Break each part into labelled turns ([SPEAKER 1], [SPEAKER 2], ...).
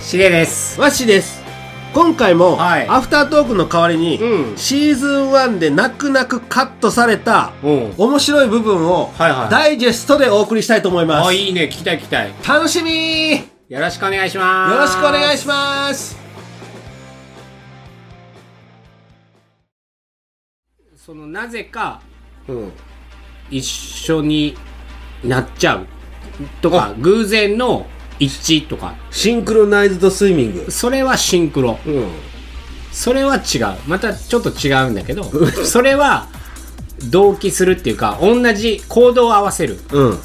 [SPEAKER 1] しげです。
[SPEAKER 2] わっしーです今回も、
[SPEAKER 1] はい
[SPEAKER 2] アフタートークの代わりに、
[SPEAKER 1] うん
[SPEAKER 2] シーズン1で泣く泣くカットされた
[SPEAKER 1] うん。
[SPEAKER 2] 面白い部分を、
[SPEAKER 1] はいはい
[SPEAKER 2] ダイジェストでお送りしたいと思います
[SPEAKER 1] あ、いいね。聞きたい聞きたい。よ
[SPEAKER 2] 楽しみーよ
[SPEAKER 1] ろしくお願いします。
[SPEAKER 2] ろしくお願いし
[SPEAKER 1] ま
[SPEAKER 2] ます
[SPEAKER 1] す。その、なぜか、
[SPEAKER 2] うん
[SPEAKER 1] 一緒になっちゃう。とか、偶然の一致とか。
[SPEAKER 2] シンクロナイズドスイミング
[SPEAKER 1] それはシンクロ。
[SPEAKER 2] うん
[SPEAKER 1] それは違う。またちょっと違うんだけど、 それは、同期するっていうか、同じ行動を合わせる。
[SPEAKER 2] うん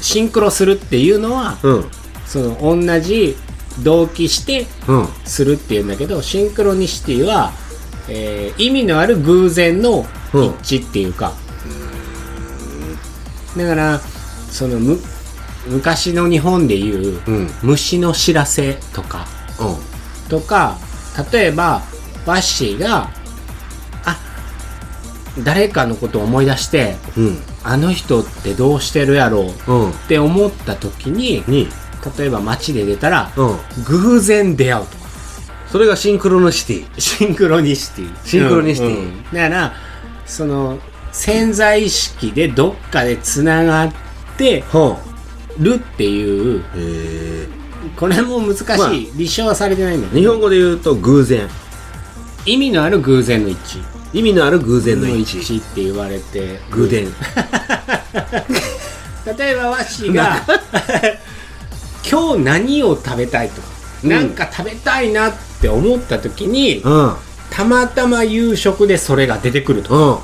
[SPEAKER 1] シンクロするっていうのは、
[SPEAKER 2] うん
[SPEAKER 1] その、同じ同期して、
[SPEAKER 2] うん
[SPEAKER 1] するっていうんだけどシンクロニシティは、えー意味のある偶然の一致っていうか、だからそのむ昔の日本でいう、
[SPEAKER 2] うん
[SPEAKER 1] 虫の知らせとかとか例えばワッシーがあ誰かのことを思い出して
[SPEAKER 2] うん
[SPEAKER 1] あの人ってどうしてるやろうっ
[SPEAKER 2] うん
[SPEAKER 1] て思った時に
[SPEAKER 2] に
[SPEAKER 1] 例えば街で出たら、
[SPEAKER 2] うん
[SPEAKER 1] 偶然出会うとか
[SPEAKER 2] それがシンクロナシティ
[SPEAKER 1] シンクロニシティ。
[SPEAKER 2] シンクロニシティ
[SPEAKER 1] だから、その、潜在意識でどっかで繋がって
[SPEAKER 2] ほ
[SPEAKER 1] るってい
[SPEAKER 2] う
[SPEAKER 1] う、
[SPEAKER 2] へえ
[SPEAKER 1] これも難しい。
[SPEAKER 2] まあ
[SPEAKER 1] 立証はされてないんだよね
[SPEAKER 2] 日本語で言うと偶然
[SPEAKER 1] 意味のある偶然の一致。
[SPEAKER 2] 意味のある偶然の一致
[SPEAKER 1] 一致って言われて。
[SPEAKER 2] 偶然
[SPEAKER 1] 例えば、ワッシー が、今日何を食べたいとか、
[SPEAKER 2] うん
[SPEAKER 1] なんか食べたいなって思った時に、
[SPEAKER 2] うんうん
[SPEAKER 1] たまたま夕食でそれが出てくると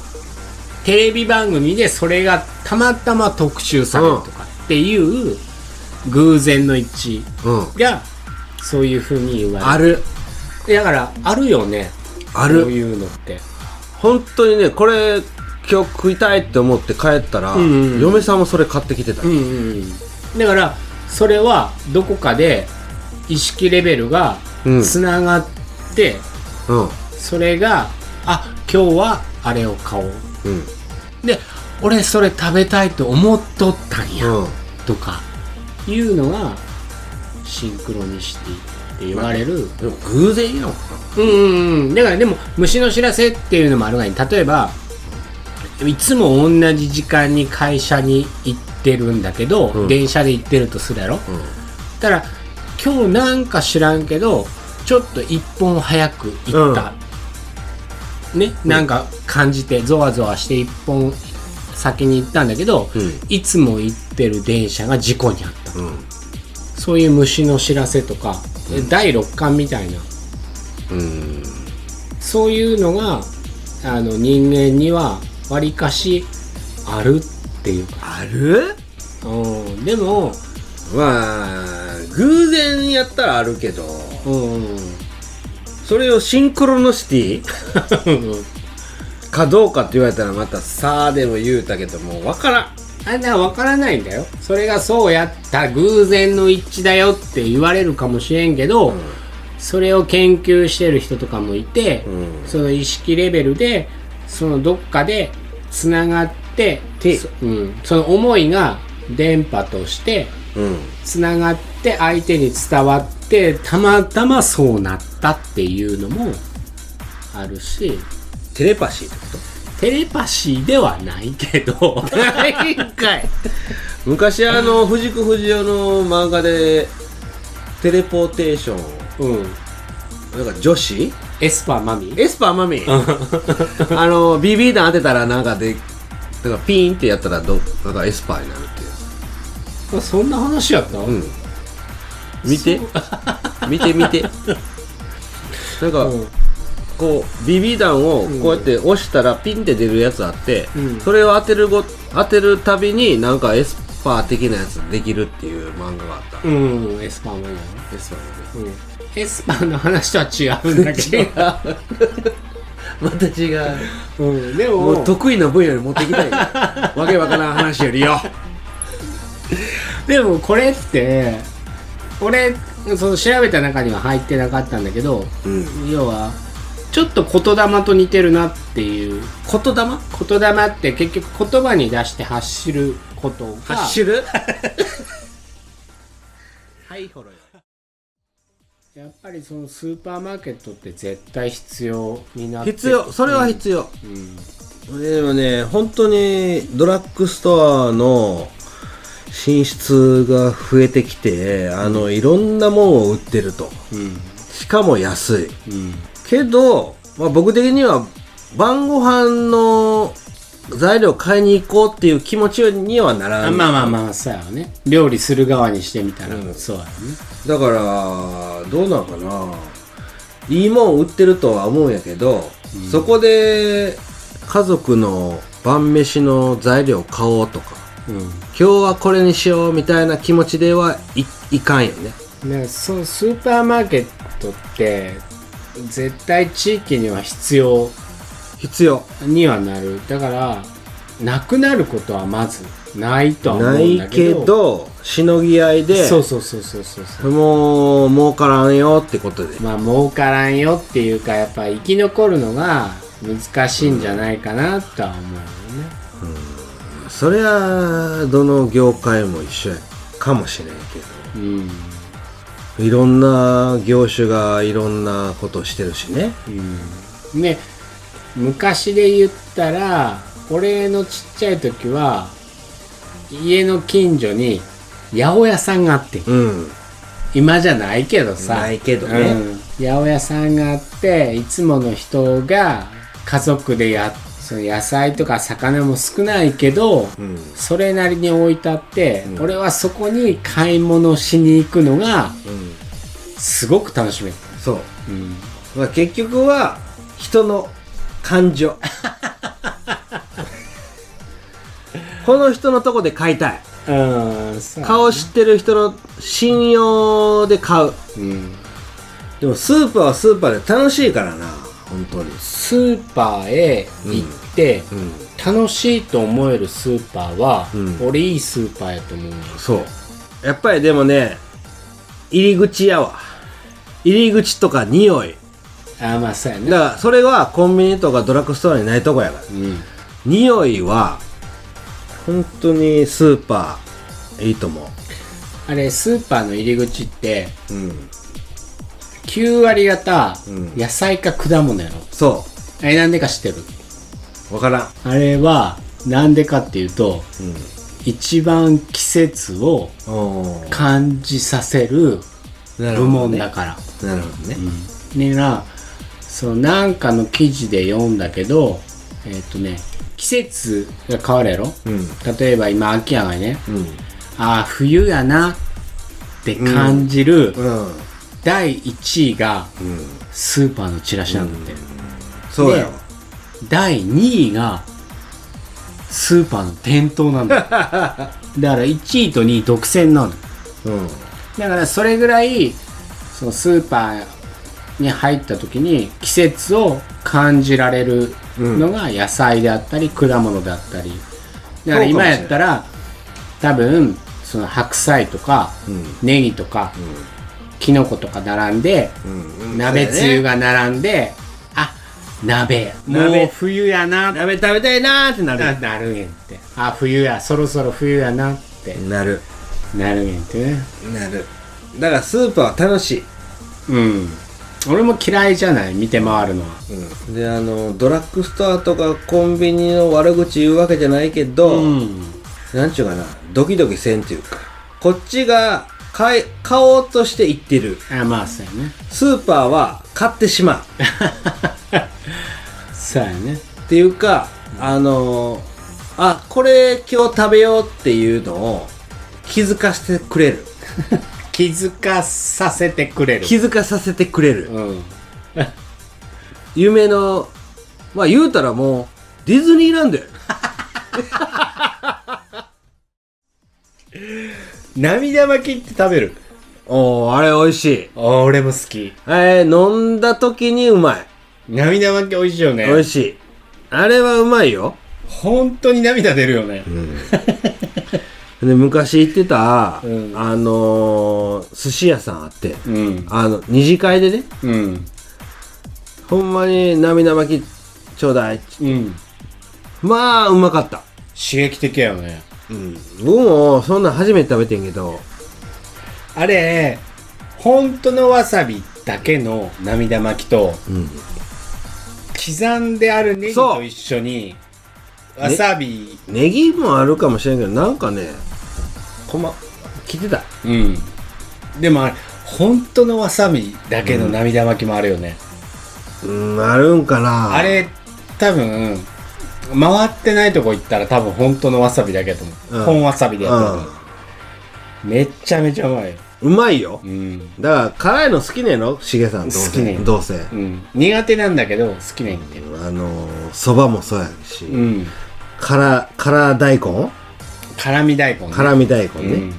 [SPEAKER 1] テレビ番組でそれがたまたま特集されるとかっていう偶然の一
[SPEAKER 2] うん
[SPEAKER 1] 致がそういうふうに言われ
[SPEAKER 2] ある
[SPEAKER 1] るだからあるよね
[SPEAKER 2] あ
[SPEAKER 1] こう
[SPEAKER 2] る
[SPEAKER 1] いうのって
[SPEAKER 2] 本当にねこれ今日食いたいって思って帰ったら、
[SPEAKER 1] うんうんうん
[SPEAKER 2] 嫁さんもそれ買ってきてた、
[SPEAKER 1] うんうんうんだからそれはどこかで意識レベルが
[SPEAKER 2] うん
[SPEAKER 1] つながって、
[SPEAKER 2] うん
[SPEAKER 1] それがあ今日はあれを買おう
[SPEAKER 2] うん
[SPEAKER 1] で俺それ食べたいと思っとったんや、
[SPEAKER 2] うん
[SPEAKER 1] とかいうのがシンクロニシティって言われる、
[SPEAKER 2] でも偶然やん
[SPEAKER 1] うんうんうんだからでも虫の知らせっていうのもあるがに例えばいつも同じ時間に会社に行ってるんだけど、
[SPEAKER 2] うん
[SPEAKER 1] 電車で行ってるとするやろ
[SPEAKER 2] うん
[SPEAKER 1] たら今日なんか知らんけどちょっと一本早く行った、ねなんか感じてゾワゾワして一本先に行ったんだけど、
[SPEAKER 2] うん
[SPEAKER 1] いつも行ってる電車が事故にあった
[SPEAKER 2] うん
[SPEAKER 1] そういう虫の知らせとか、第六感みたいな
[SPEAKER 2] うん
[SPEAKER 1] そういうのがあの人間にはわりかしあるっていうか、
[SPEAKER 2] ある
[SPEAKER 1] うん、でも、
[SPEAKER 2] まあ偶然やったらあるけど
[SPEAKER 1] うん、
[SPEAKER 2] それをシンクロノシティ かどうかって言われたらまたさあでも言うたけどもわからん
[SPEAKER 1] あんなわからないんだよそれがそうやった偶然の一致だよって言われるかもしれんけど、それを研究してる人とかもいて、
[SPEAKER 2] うん
[SPEAKER 1] その意識レベルでそのどっかでつながって
[SPEAKER 2] て
[SPEAKER 1] そ,、うん、その思いが電波として
[SPEAKER 2] うん
[SPEAKER 1] つながって相手に伝わってたまたまそうなったっていうのもあるし
[SPEAKER 2] テレパシーってこと
[SPEAKER 1] テレパシーではないけど
[SPEAKER 2] ないんかい昔あの藤子不二雄の漫画でテレポーテーション
[SPEAKER 1] う
[SPEAKER 2] な
[SPEAKER 1] ん
[SPEAKER 2] んか女 子
[SPEAKER 1] エスパーマミ
[SPEAKER 2] エスパーマミあの BB 弾当てたらなんかでなんかピーンってやったらどなんかエスパーになるっていう
[SPEAKER 1] そんな話やった、
[SPEAKER 2] うん見て見て見てなんか、
[SPEAKER 1] うん
[SPEAKER 2] こう BB 弾をこうやって押したらピンって出るやつあって、
[SPEAKER 1] うん
[SPEAKER 2] それを当てるご当てるたびになんかエスパー的なやつできるっていう漫画があった、
[SPEAKER 1] うん、エスパーマミや
[SPEAKER 2] エスパーのね
[SPEAKER 1] ろ、うん、エスパーの話とは違うんだけ ど
[SPEAKER 2] また違う
[SPEAKER 1] うん、でも
[SPEAKER 2] もう得意な分野に持っていきたいよわけわからん話よりよ
[SPEAKER 1] でもこれって俺その調べた中には入ってなかったんだけど
[SPEAKER 2] うん
[SPEAKER 1] 要はちょっと言霊と似てるなっていう
[SPEAKER 2] 言霊
[SPEAKER 1] 言霊って結局言葉に出して発することが
[SPEAKER 2] 発するはいほろよ
[SPEAKER 1] やっぱりそのスーパーマーケットって絶対必要になって
[SPEAKER 2] 必要それは必要、
[SPEAKER 1] うん
[SPEAKER 2] でもね本当にドラッグストアの進出が増えてきてあのいろんなもんを売ってると
[SPEAKER 1] うん
[SPEAKER 2] しかも安い
[SPEAKER 1] うん
[SPEAKER 2] けど、まあ、僕的には晩ご飯の材料買いに行こうっていう気持ちにはならない
[SPEAKER 1] あまあまあまあそうやわね料理する側にしてみたら、
[SPEAKER 2] うん
[SPEAKER 1] そうやわね
[SPEAKER 2] だからどうなのかないいもん売ってるとは思うんやけど、そこで家族の晩飯の材料買おうとか今日はこれにしようみたいな気持ちではいいかんよね
[SPEAKER 1] うんねそのスーパーマーケットって絶対地域には必要
[SPEAKER 2] 必要
[SPEAKER 1] にはなるだからなくなることはまずないとは思
[SPEAKER 2] な
[SPEAKER 1] うん
[SPEAKER 2] い
[SPEAKER 1] だけ
[SPEAKER 2] け
[SPEAKER 1] ど
[SPEAKER 2] どしのぎ合いで
[SPEAKER 1] そうそうそうそうそうそう
[SPEAKER 2] もう儲からんよってことで
[SPEAKER 1] まあ儲からんよっていうかやっぱ生き残るのが難しいんじゃないかなとは思うよね、
[SPEAKER 2] それはどの業界も一緒やかもしれんけど
[SPEAKER 1] うん
[SPEAKER 2] いろんな業種がいろんなことしてるしね
[SPEAKER 1] うん、ね昔で言ったら俺のちっちゃい時は家の近所に八百屋さんがあって
[SPEAKER 2] うん
[SPEAKER 1] 今じゃないけどさ
[SPEAKER 2] ないけどね
[SPEAKER 1] うん八百屋さんがあっていつもの人が家族でやその野菜とか魚も少ないけど、
[SPEAKER 2] うん
[SPEAKER 1] それなりに置いてあって、
[SPEAKER 2] うん
[SPEAKER 1] 俺はそこに買い物しに行くのが
[SPEAKER 2] うん
[SPEAKER 1] すごく楽しめた、
[SPEAKER 2] そう
[SPEAKER 1] うん、
[SPEAKER 2] まあ、結局は人の感 情この人のとこで買いたい
[SPEAKER 1] うんそう
[SPEAKER 2] 顔知ってる人の信用で買う
[SPEAKER 1] うん
[SPEAKER 2] でもスーパーはスーパーで楽しいからな本当に
[SPEAKER 1] スーパーへ行って、
[SPEAKER 2] うん
[SPEAKER 1] 楽しいと思えるスーパーは、
[SPEAKER 2] うん
[SPEAKER 1] 俺いいスーパーやと思うよ
[SPEAKER 2] そうやっぱりでもね入り口やわ入り口とか匂い
[SPEAKER 1] ああまあそうや
[SPEAKER 2] だ
[SPEAKER 1] ね
[SPEAKER 2] からそれはコンビニとかドラッグストアにないとこやから
[SPEAKER 1] うん
[SPEAKER 2] 匂いは本当にスーパーいいと思う
[SPEAKER 1] あれスーパーの入り口って
[SPEAKER 2] うん、
[SPEAKER 1] 9割方、
[SPEAKER 2] うん
[SPEAKER 1] 野菜か果物やろ
[SPEAKER 2] そ
[SPEAKER 1] あれなんでか知ってる
[SPEAKER 2] うわからん、
[SPEAKER 1] あれはなんでかっていうと一番季節を
[SPEAKER 2] うん、お
[SPEAKER 1] 感じさせる
[SPEAKER 2] な
[SPEAKER 1] 部門だから、
[SPEAKER 2] なるほどね、
[SPEAKER 1] ねなそのなんかの記事で読んだけどえっ、とね季節が変わるやろ、
[SPEAKER 2] うん
[SPEAKER 1] 例えば今秋山がね
[SPEAKER 2] うん
[SPEAKER 1] ああ冬やなって感じる
[SPEAKER 2] うん
[SPEAKER 1] 第1位が
[SPEAKER 2] うん
[SPEAKER 1] スーパーのチラシなんだって、
[SPEAKER 2] そうやわ
[SPEAKER 1] ね第2位がスーパーの店頭なんだ だから1位と2位独占なの
[SPEAKER 2] うん
[SPEAKER 1] だからそれぐらいそのスーパーに入った時に季節を感じられるのが野菜であったり果物であったりだ
[SPEAKER 2] そうか
[SPEAKER 1] から
[SPEAKER 2] も
[SPEAKER 1] 今
[SPEAKER 2] しれない
[SPEAKER 1] やったら多分その白菜とか
[SPEAKER 2] うん
[SPEAKER 1] ネギとかキノコとか並んで
[SPEAKER 2] うん
[SPEAKER 1] 鍋つゆが並んであ鍋やも
[SPEAKER 2] 鍋
[SPEAKER 1] う冬やな
[SPEAKER 2] 鍋食べたいなーってなる
[SPEAKER 1] なるんやんってあ冬やそろそろ冬やなって
[SPEAKER 2] なる
[SPEAKER 1] なるんやんってね
[SPEAKER 2] なるだからスーパーは楽しい、
[SPEAKER 1] うん俺も嫌いじゃない見て回るのは
[SPEAKER 2] うん、であのドラッグストアとかコンビニの悪口言うわけじゃないけど、
[SPEAKER 1] うん
[SPEAKER 2] なんちゅうかなドキドキせんっていうかこっちが買い買おうとして行ってる
[SPEAKER 1] あまあそうやね
[SPEAKER 2] スーパーは買ってしまう
[SPEAKER 1] そうやね
[SPEAKER 2] っていうか、あのーあこれ今日食べようっていうのを気づかせてくれる
[SPEAKER 1] 気づかさせてくれる
[SPEAKER 2] 気づかさせてくれる、
[SPEAKER 1] うん
[SPEAKER 2] 夢のまあ言うたらもうディズニーランドや
[SPEAKER 1] 涙巻きって食べる
[SPEAKER 2] おーあれ美味しい
[SPEAKER 1] 俺も好き
[SPEAKER 2] えー、飲んだ時にうまい
[SPEAKER 1] 涙巻き美味しいよね
[SPEAKER 2] 美味しいあれはうまいよ、
[SPEAKER 1] 本当に涙出るよね
[SPEAKER 2] で昔行ってた、
[SPEAKER 1] うん
[SPEAKER 2] あのー寿司屋さんあって
[SPEAKER 1] うん
[SPEAKER 2] あの二次会でね
[SPEAKER 1] うん
[SPEAKER 2] ほんまに涙巻きちょうだい
[SPEAKER 1] うん
[SPEAKER 2] まあうまかった
[SPEAKER 1] 刺激的やよね
[SPEAKER 2] うん、僕もそんなん初めて食べてんけど
[SPEAKER 1] あれ本当のわさびだけの涙巻きと、
[SPEAKER 2] うん
[SPEAKER 1] 刻んであるネギ
[SPEAKER 2] そ
[SPEAKER 1] と
[SPEAKER 2] う
[SPEAKER 1] 一緒に、わさび、
[SPEAKER 2] ネギもあるかもしれんけどなんかねこま来てた
[SPEAKER 1] うん。でもあれ、本当のわさびだけの涙巻きもあるよね。
[SPEAKER 2] うんあるんかな
[SPEAKER 1] あれ、多分、回ってないとこ行ったら多分本当のわさびだけやと思う。
[SPEAKER 2] うん
[SPEAKER 1] 本わさびでやったと思う。
[SPEAKER 2] う
[SPEAKER 1] めっちゃめちゃうまいよ。
[SPEAKER 2] んうまいよ
[SPEAKER 1] うん。
[SPEAKER 2] だから辛いの好きねえのしげさんどうせ
[SPEAKER 1] 好きねえ
[SPEAKER 2] どうせ
[SPEAKER 1] うん。苦手なんだけど、好きなんだよ。
[SPEAKER 2] あのーそばもそうやし、
[SPEAKER 1] うん。
[SPEAKER 2] 辛辛大根
[SPEAKER 1] 辛味大根、ね。
[SPEAKER 2] 辛味大根ね、
[SPEAKER 1] うん、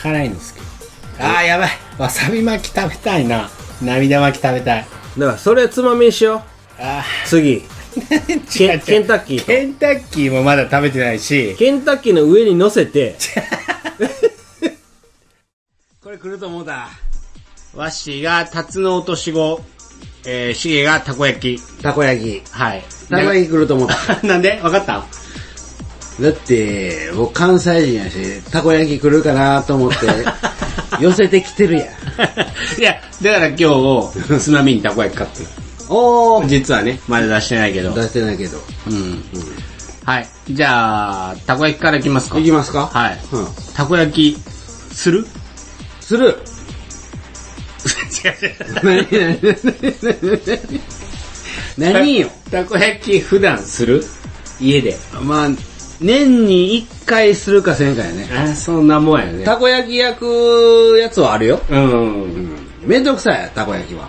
[SPEAKER 1] 辛いの好きあーやばいわさび巻き食べたいな涙巻き食べたい
[SPEAKER 2] だからそれつまみにしよ
[SPEAKER 1] あ
[SPEAKER 2] う次
[SPEAKER 1] ー
[SPEAKER 2] ケ
[SPEAKER 1] 違う違
[SPEAKER 2] ン
[SPEAKER 1] う
[SPEAKER 2] ケンタッキーと
[SPEAKER 1] ケンタッキーもまだ食べてないし
[SPEAKER 2] ケンタッキーの上に乗せ てこれ来ると思うた
[SPEAKER 1] わしがタツノオトシゴえー、シゲがたこ焼き
[SPEAKER 2] たこ焼き
[SPEAKER 1] はい
[SPEAKER 2] たこ焼き来ると思った
[SPEAKER 1] き なんでわかった
[SPEAKER 2] だって、僕関西人やし、たこ焼き来るかなと思って、 寄せてきてるやん。
[SPEAKER 1] いやだから 今日つまみにたこ焼き買ってる
[SPEAKER 2] おー
[SPEAKER 1] 実はねまだ出してないけど
[SPEAKER 2] 出してないけど。
[SPEAKER 1] うん、はいじゃあたこ焼きからいきますか
[SPEAKER 2] いきますか
[SPEAKER 1] はい
[SPEAKER 2] うん。
[SPEAKER 1] たこ焼きする
[SPEAKER 2] す る
[SPEAKER 1] 違う違う
[SPEAKER 2] 何何何何何よ。
[SPEAKER 1] たこ焼き普段する家で。
[SPEAKER 2] まあ、年に一回するかせんかやね。
[SPEAKER 1] あそんなもんやね
[SPEAKER 2] たこ焼き焼くやつはあるよ。
[SPEAKER 1] うん。
[SPEAKER 2] めんどくさい、たこ焼きは。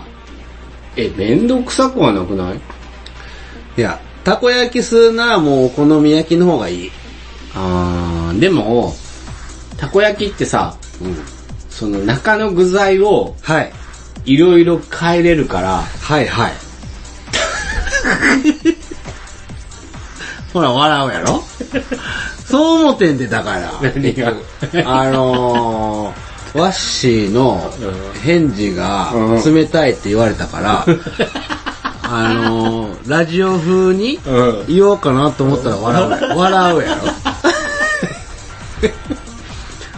[SPEAKER 1] え、めんどくさくはなくない
[SPEAKER 2] いや、たこ焼きするならもうお好み焼きの方がいい。
[SPEAKER 1] あー、でも、たこ焼きってさ、
[SPEAKER 2] うん。
[SPEAKER 1] その中の具材を
[SPEAKER 2] はい。
[SPEAKER 1] いろいろ変えれるから、
[SPEAKER 2] はいはい。ほら、笑うやろそう思ってんで、だから。
[SPEAKER 1] 何が
[SPEAKER 2] あのー、ワッシーの返事が
[SPEAKER 1] うん
[SPEAKER 2] 冷たいって言われたから、あのー、ラジオ風に
[SPEAKER 1] うん
[SPEAKER 2] 言おうかなと思ったら笑 うや笑うやろ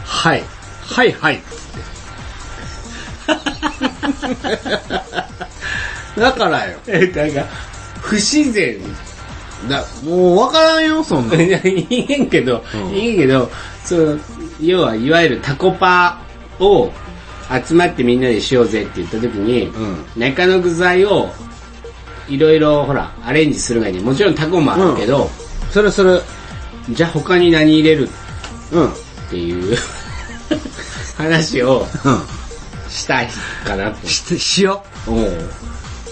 [SPEAKER 2] はい。はい はい。だからよ。
[SPEAKER 1] え、 なんか、不自然。
[SPEAKER 2] だもう分からんよ、そんなん。
[SPEAKER 1] いや いいんけど、
[SPEAKER 2] うん
[SPEAKER 1] いいけど、その、要はいわゆるタコパを集まってみんなでしようぜって言った時に、
[SPEAKER 2] うん
[SPEAKER 1] 中の具材をいろいろほらアレンジするがにもちろんタコもあるけど、
[SPEAKER 2] それそれ、
[SPEAKER 1] じゃあ他に何入れる
[SPEAKER 2] うん。うん。
[SPEAKER 1] っていう 話をしたいかなと
[SPEAKER 2] し、しよ
[SPEAKER 1] 思う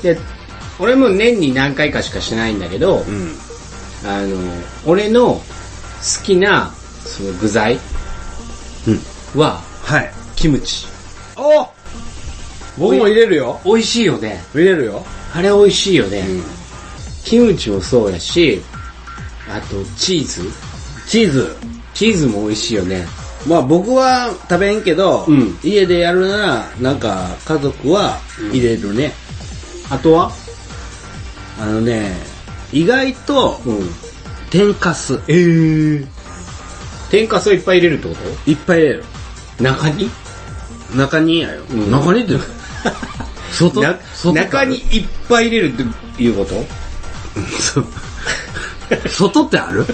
[SPEAKER 1] で俺も年に何回かしかしないんだけど、
[SPEAKER 2] う。うん。
[SPEAKER 1] あの俺の好きなその具材は
[SPEAKER 2] はい。
[SPEAKER 1] キムチ
[SPEAKER 2] お僕も入れるよ。
[SPEAKER 1] 美味しいよね
[SPEAKER 2] 入れるよ。
[SPEAKER 1] あれ美味しいよね、
[SPEAKER 2] うん
[SPEAKER 1] キムチもそうやしあとチーズ
[SPEAKER 2] チーズ。
[SPEAKER 1] チーズも美味しいよね
[SPEAKER 2] まあ僕は食べんけど、
[SPEAKER 1] うん
[SPEAKER 2] 家でやるなら、なんか家族は入れるね。
[SPEAKER 1] あとは
[SPEAKER 2] あのね、意外と
[SPEAKER 1] うん
[SPEAKER 2] 天かす。
[SPEAKER 1] ええ天かすをいっぱい入れるってこ
[SPEAKER 2] いっぱい入れる。
[SPEAKER 1] と中に
[SPEAKER 2] 中にやよ。
[SPEAKER 1] ん
[SPEAKER 2] 中にって言うの外
[SPEAKER 1] な
[SPEAKER 2] 外ってあ
[SPEAKER 1] 中
[SPEAKER 2] る
[SPEAKER 1] にいっぱい入れるっていうこと
[SPEAKER 2] そう 外ってある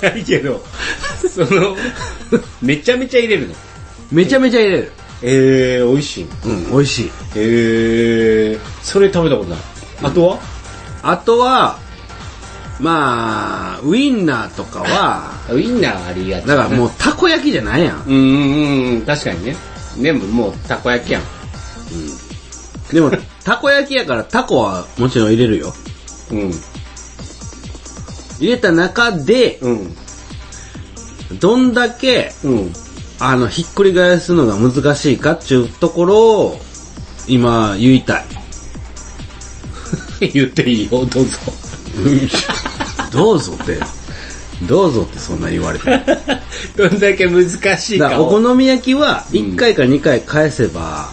[SPEAKER 1] ないけど そのめちゃめちゃ入れるの
[SPEAKER 2] めちゃめちゃ入れる。
[SPEAKER 1] ええー、美味しい
[SPEAKER 2] うん、美味しい。
[SPEAKER 1] ええー、それ食べたことないあとは
[SPEAKER 2] あとは、まあ、ウインナーとかは、
[SPEAKER 1] ウインナーありがち
[SPEAKER 2] だからも
[SPEAKER 1] う
[SPEAKER 2] うたこ焼きじゃないやん。
[SPEAKER 1] うんうんうん確かにねでももうたこ焼きやん
[SPEAKER 2] でも、たこ焼きやからたこはもちろん入れるよ。
[SPEAKER 1] うん
[SPEAKER 2] 入れた中で、
[SPEAKER 1] うん
[SPEAKER 2] どんだけ、
[SPEAKER 1] うん
[SPEAKER 2] あの、ひっくり返すのが難しいかっていうところを、今、言いた い。
[SPEAKER 1] 言っていいよどうぞ
[SPEAKER 2] どうぞって、どうぞってそんな言わ れてる。
[SPEAKER 1] どんだけ難しい
[SPEAKER 2] だか、
[SPEAKER 1] から
[SPEAKER 2] お
[SPEAKER 1] を
[SPEAKER 2] 好み焼きは、
[SPEAKER 1] うん
[SPEAKER 2] 1回か2回返せば、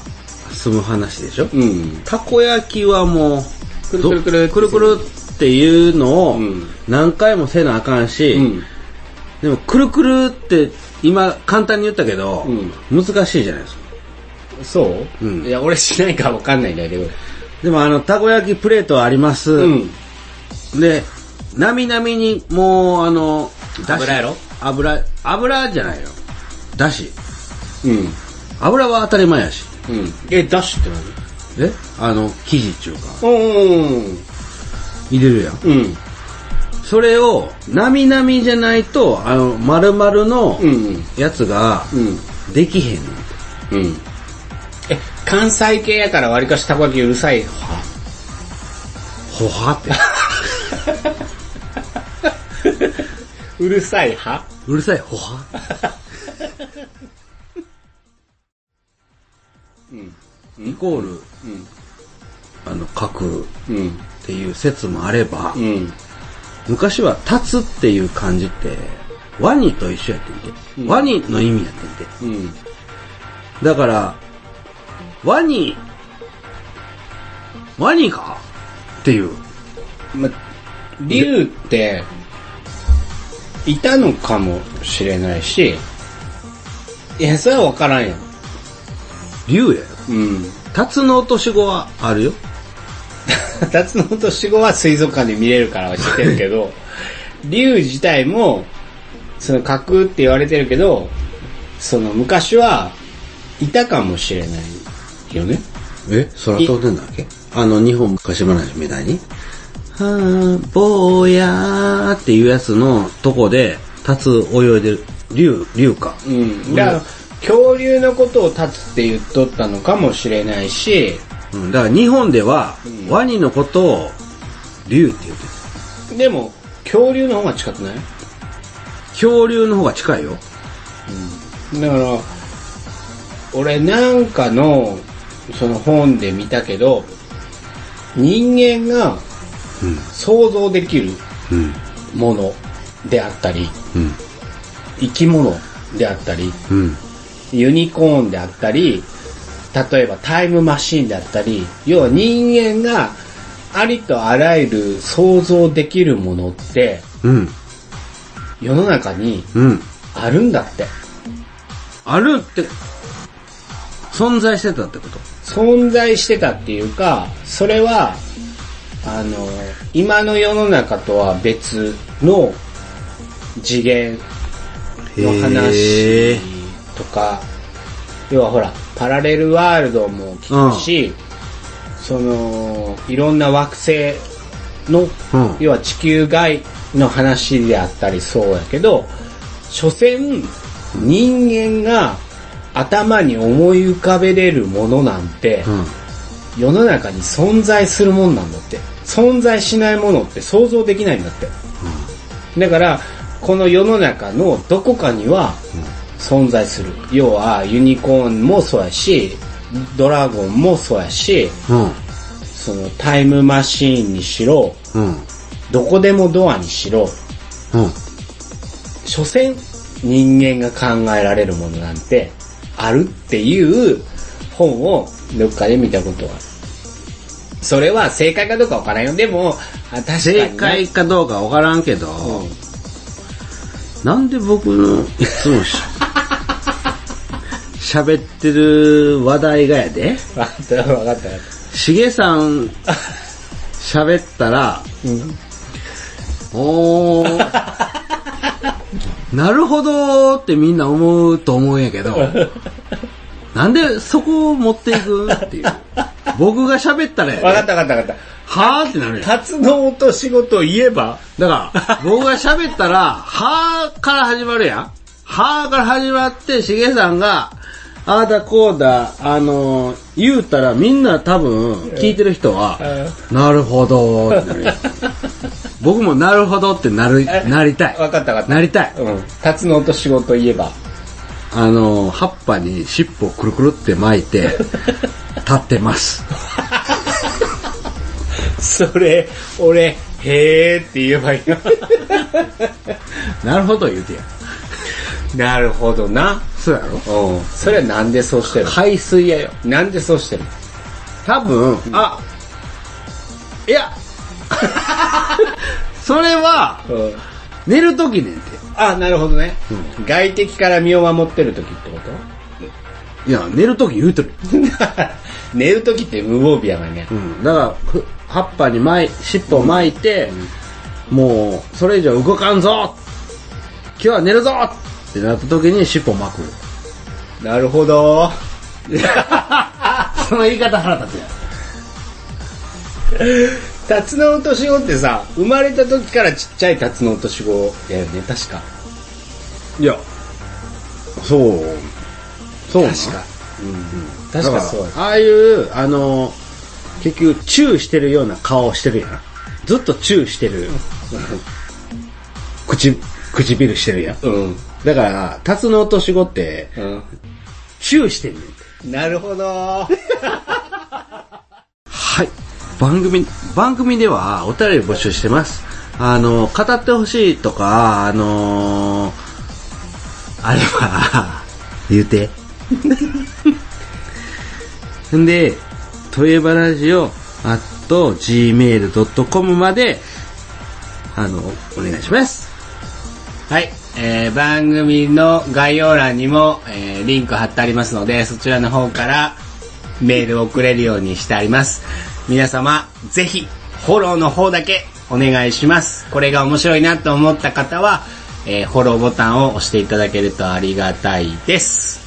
[SPEAKER 2] 済む話でしょ
[SPEAKER 1] うん
[SPEAKER 2] たこ焼きはもう、
[SPEAKER 1] くるくるくる
[SPEAKER 2] どくるくるっていうのを
[SPEAKER 1] うん
[SPEAKER 2] 何回もせなあかんし、
[SPEAKER 1] うん
[SPEAKER 2] でもくるくるって今簡単に言ったけど、
[SPEAKER 1] うん
[SPEAKER 2] 難しいじゃないですか。
[SPEAKER 1] そう、
[SPEAKER 2] うん
[SPEAKER 1] いや、俺しないからわかんないんだけど。
[SPEAKER 2] でもあの、たこ焼きプレートあります。
[SPEAKER 1] うん。
[SPEAKER 2] で、なみなみに、もう、あの、だし
[SPEAKER 1] 油やろ
[SPEAKER 2] 油、油じゃないよ。だし。
[SPEAKER 1] うん。
[SPEAKER 2] 油は当たり前やし。
[SPEAKER 1] うん。え、ダッシュって何
[SPEAKER 2] えあの、生地っていうか、
[SPEAKER 1] うん。
[SPEAKER 2] 入れるやん。
[SPEAKER 1] うん。
[SPEAKER 2] それを、なみなみじゃないと、あの、丸々の
[SPEAKER 1] うん。
[SPEAKER 2] やつが、
[SPEAKER 1] うん。
[SPEAKER 2] できへんの。
[SPEAKER 1] うん。え、関西系やからわりかしたこ焼きうるさい。は
[SPEAKER 2] ほは って。
[SPEAKER 1] うるさいは
[SPEAKER 2] うるさい、ほは。
[SPEAKER 1] うん。
[SPEAKER 2] イコール、
[SPEAKER 1] うん。
[SPEAKER 2] あの、書くっ
[SPEAKER 1] うん。
[SPEAKER 2] ていう説もあれば、
[SPEAKER 1] うん。
[SPEAKER 2] 昔は立つっていう漢字って、ワニと一緒やってんて。
[SPEAKER 1] うん
[SPEAKER 2] ワニの意味やってんて。
[SPEAKER 1] うん。
[SPEAKER 2] だから、ワニ、ワニかっていう。
[SPEAKER 1] ま、竜って、いたのかもしれないし、いや、それはわからんよ。
[SPEAKER 2] 竜やよ。
[SPEAKER 1] うん。
[SPEAKER 2] 立つの落とし子はあるよ。
[SPEAKER 1] タツノオトシゴは水族館で見れるからは知ってるけ ど、竜自体も、その架空って言われてるけど、その昔はいたかもしれないよね。
[SPEAKER 2] え空飛んでんだっけあの、日本昔話みたいに。はぁ、坊やーっていうやつのとこで、立つ泳いでる。竜、竜か。
[SPEAKER 1] うん。だから、恐竜のことをタツって言っとったのかもしれないし、
[SPEAKER 2] うん、だから日本では、
[SPEAKER 1] うん
[SPEAKER 2] ワニのことを竜って言ってる。
[SPEAKER 1] でも、恐竜の方が近くない
[SPEAKER 2] 恐竜の方が近いよ。
[SPEAKER 1] だから俺なんかのその本で見たけど人間が
[SPEAKER 2] うん
[SPEAKER 1] 想像できる
[SPEAKER 2] うん。
[SPEAKER 1] ものであったり
[SPEAKER 2] うん。
[SPEAKER 1] 生き物であったり
[SPEAKER 2] うん。
[SPEAKER 1] ユニコーンであったり例えばタイムマシンであったり要は人間がありとあらゆる想像できるものって
[SPEAKER 2] うん。
[SPEAKER 1] 世の中に
[SPEAKER 2] うん。
[SPEAKER 1] あるんだって
[SPEAKER 2] あるって、存在してたってこと
[SPEAKER 1] 存在してたっていうか、それは、あの、今の世の中とは別の次元の
[SPEAKER 2] へ
[SPEAKER 1] 話
[SPEAKER 2] ー
[SPEAKER 1] とか、要はほら、パラレルワールドも聞くし、その、いろんな惑星の、
[SPEAKER 2] うん
[SPEAKER 1] 要は地球外の話であったりそうやけど、所詮、人間が頭に思い浮かべれるものなんて、
[SPEAKER 2] うん。
[SPEAKER 1] 世の中に存在するもんなんだって存在しないものって想像できないんだって、だからこの世の中のどこかには存在する要はユニコーンもそうやしドラゴンもそうやし
[SPEAKER 2] うん。
[SPEAKER 1] そのタイムマシーンにしろ
[SPEAKER 2] うん。
[SPEAKER 1] どこでもドアにしろ
[SPEAKER 2] うん。
[SPEAKER 1] 所詮人間が考えられるものなんてあるっていう本をどっかで見たことがある。それは正解かどうかわからんよ。でも、あ確かにな。
[SPEAKER 2] 正解かどうかわからんけど、
[SPEAKER 1] うん
[SPEAKER 2] なんで僕のいつもし喋ってる話題がやで
[SPEAKER 1] わかった、わかった。わかっ
[SPEAKER 2] しげさん喋ったら、
[SPEAKER 1] たうん
[SPEAKER 2] おー、 なるほどーってみんな思うと思うんやけど、なんでそこを持っていくっていう。僕が喋ったらやで、
[SPEAKER 1] わかった、わかった、わかっ
[SPEAKER 2] はーってなるやん。
[SPEAKER 1] た。辰の音仕事を言えば、
[SPEAKER 2] だから、僕が喋ったら、はーから始まるやん。はーから始まって、しげさんが、あーだこうだ、あのー、言うたらみんな多分、聞いてる人は、なるほどーってなるやん。僕もなるほどってなる、なりたい。
[SPEAKER 1] わかった、わかった。
[SPEAKER 2] なりたい。
[SPEAKER 1] うん。辰の音仕事を言えば。
[SPEAKER 2] あのー、葉っぱに尻尾をくるくるって巻い て、立ってます。
[SPEAKER 1] それ、俺、へーって言えばいいの。
[SPEAKER 2] なるほど言うてや。
[SPEAKER 1] なるほどな。
[SPEAKER 2] そうやろ
[SPEAKER 1] うん。それはなんでそうしてる
[SPEAKER 2] 海水やよ。
[SPEAKER 1] のなんでそうしてるの
[SPEAKER 2] 多分、あ、いや、 それは、
[SPEAKER 1] うん
[SPEAKER 2] 寝るときねんて。
[SPEAKER 1] あ、なるほどね。外敵から身を守ってる時ってこと
[SPEAKER 2] いや、寝るとき言うてる。
[SPEAKER 1] 寝る時って無防備やがね
[SPEAKER 2] うん。だから、ふ葉っぱに巻い、尻尾を巻いて、もう、それ以上動かんぞ今日は寝るぞってなった時に尻尾巻く。
[SPEAKER 1] なるほどその言い方腹立つやタツノオトシゴってさ生まれた時からちっちゃいタツノオトシゴやよね確か
[SPEAKER 2] いや、そう。そうなん
[SPEAKER 1] 確か
[SPEAKER 2] だ
[SPEAKER 1] 確
[SPEAKER 2] か
[SPEAKER 1] からそうや
[SPEAKER 2] ああいう、あの、結局、チューしてるような顔をしてるやん。ずっとチューしてる。口、唇してるやん。
[SPEAKER 1] うん
[SPEAKER 2] だから、タツノオトシゴって、
[SPEAKER 1] う
[SPEAKER 2] チューしてんねん。
[SPEAKER 1] んなるほど
[SPEAKER 2] はい。番組、番組ではお便り募集してます。あの、語ってほしいとか、あのあれば、 言うて。んで、といえばラジオ、あと、gmail.com まで、あの、お願いします。
[SPEAKER 1] はい、えー番組の概要欄にも、えーリンク貼ってありますのでそちらの方からメールを送れるようにしてあります皆様ぜひフォローの方だけお願いしますこれが面白いなと思った方は、えーフォローボタンを押していただけるとありがたいです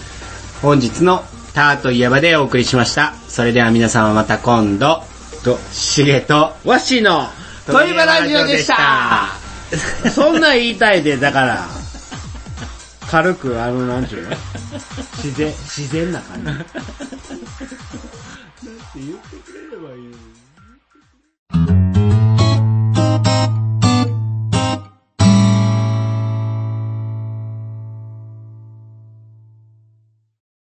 [SPEAKER 1] 本日の「ターといえば」でお送りしましたそれでは皆様また今度
[SPEAKER 2] と、
[SPEAKER 1] しげと
[SPEAKER 2] わしの、といえばラジオでした。そんなん言いた いで、だから。軽く、あの、なんちゅうの自然、自然な感じ。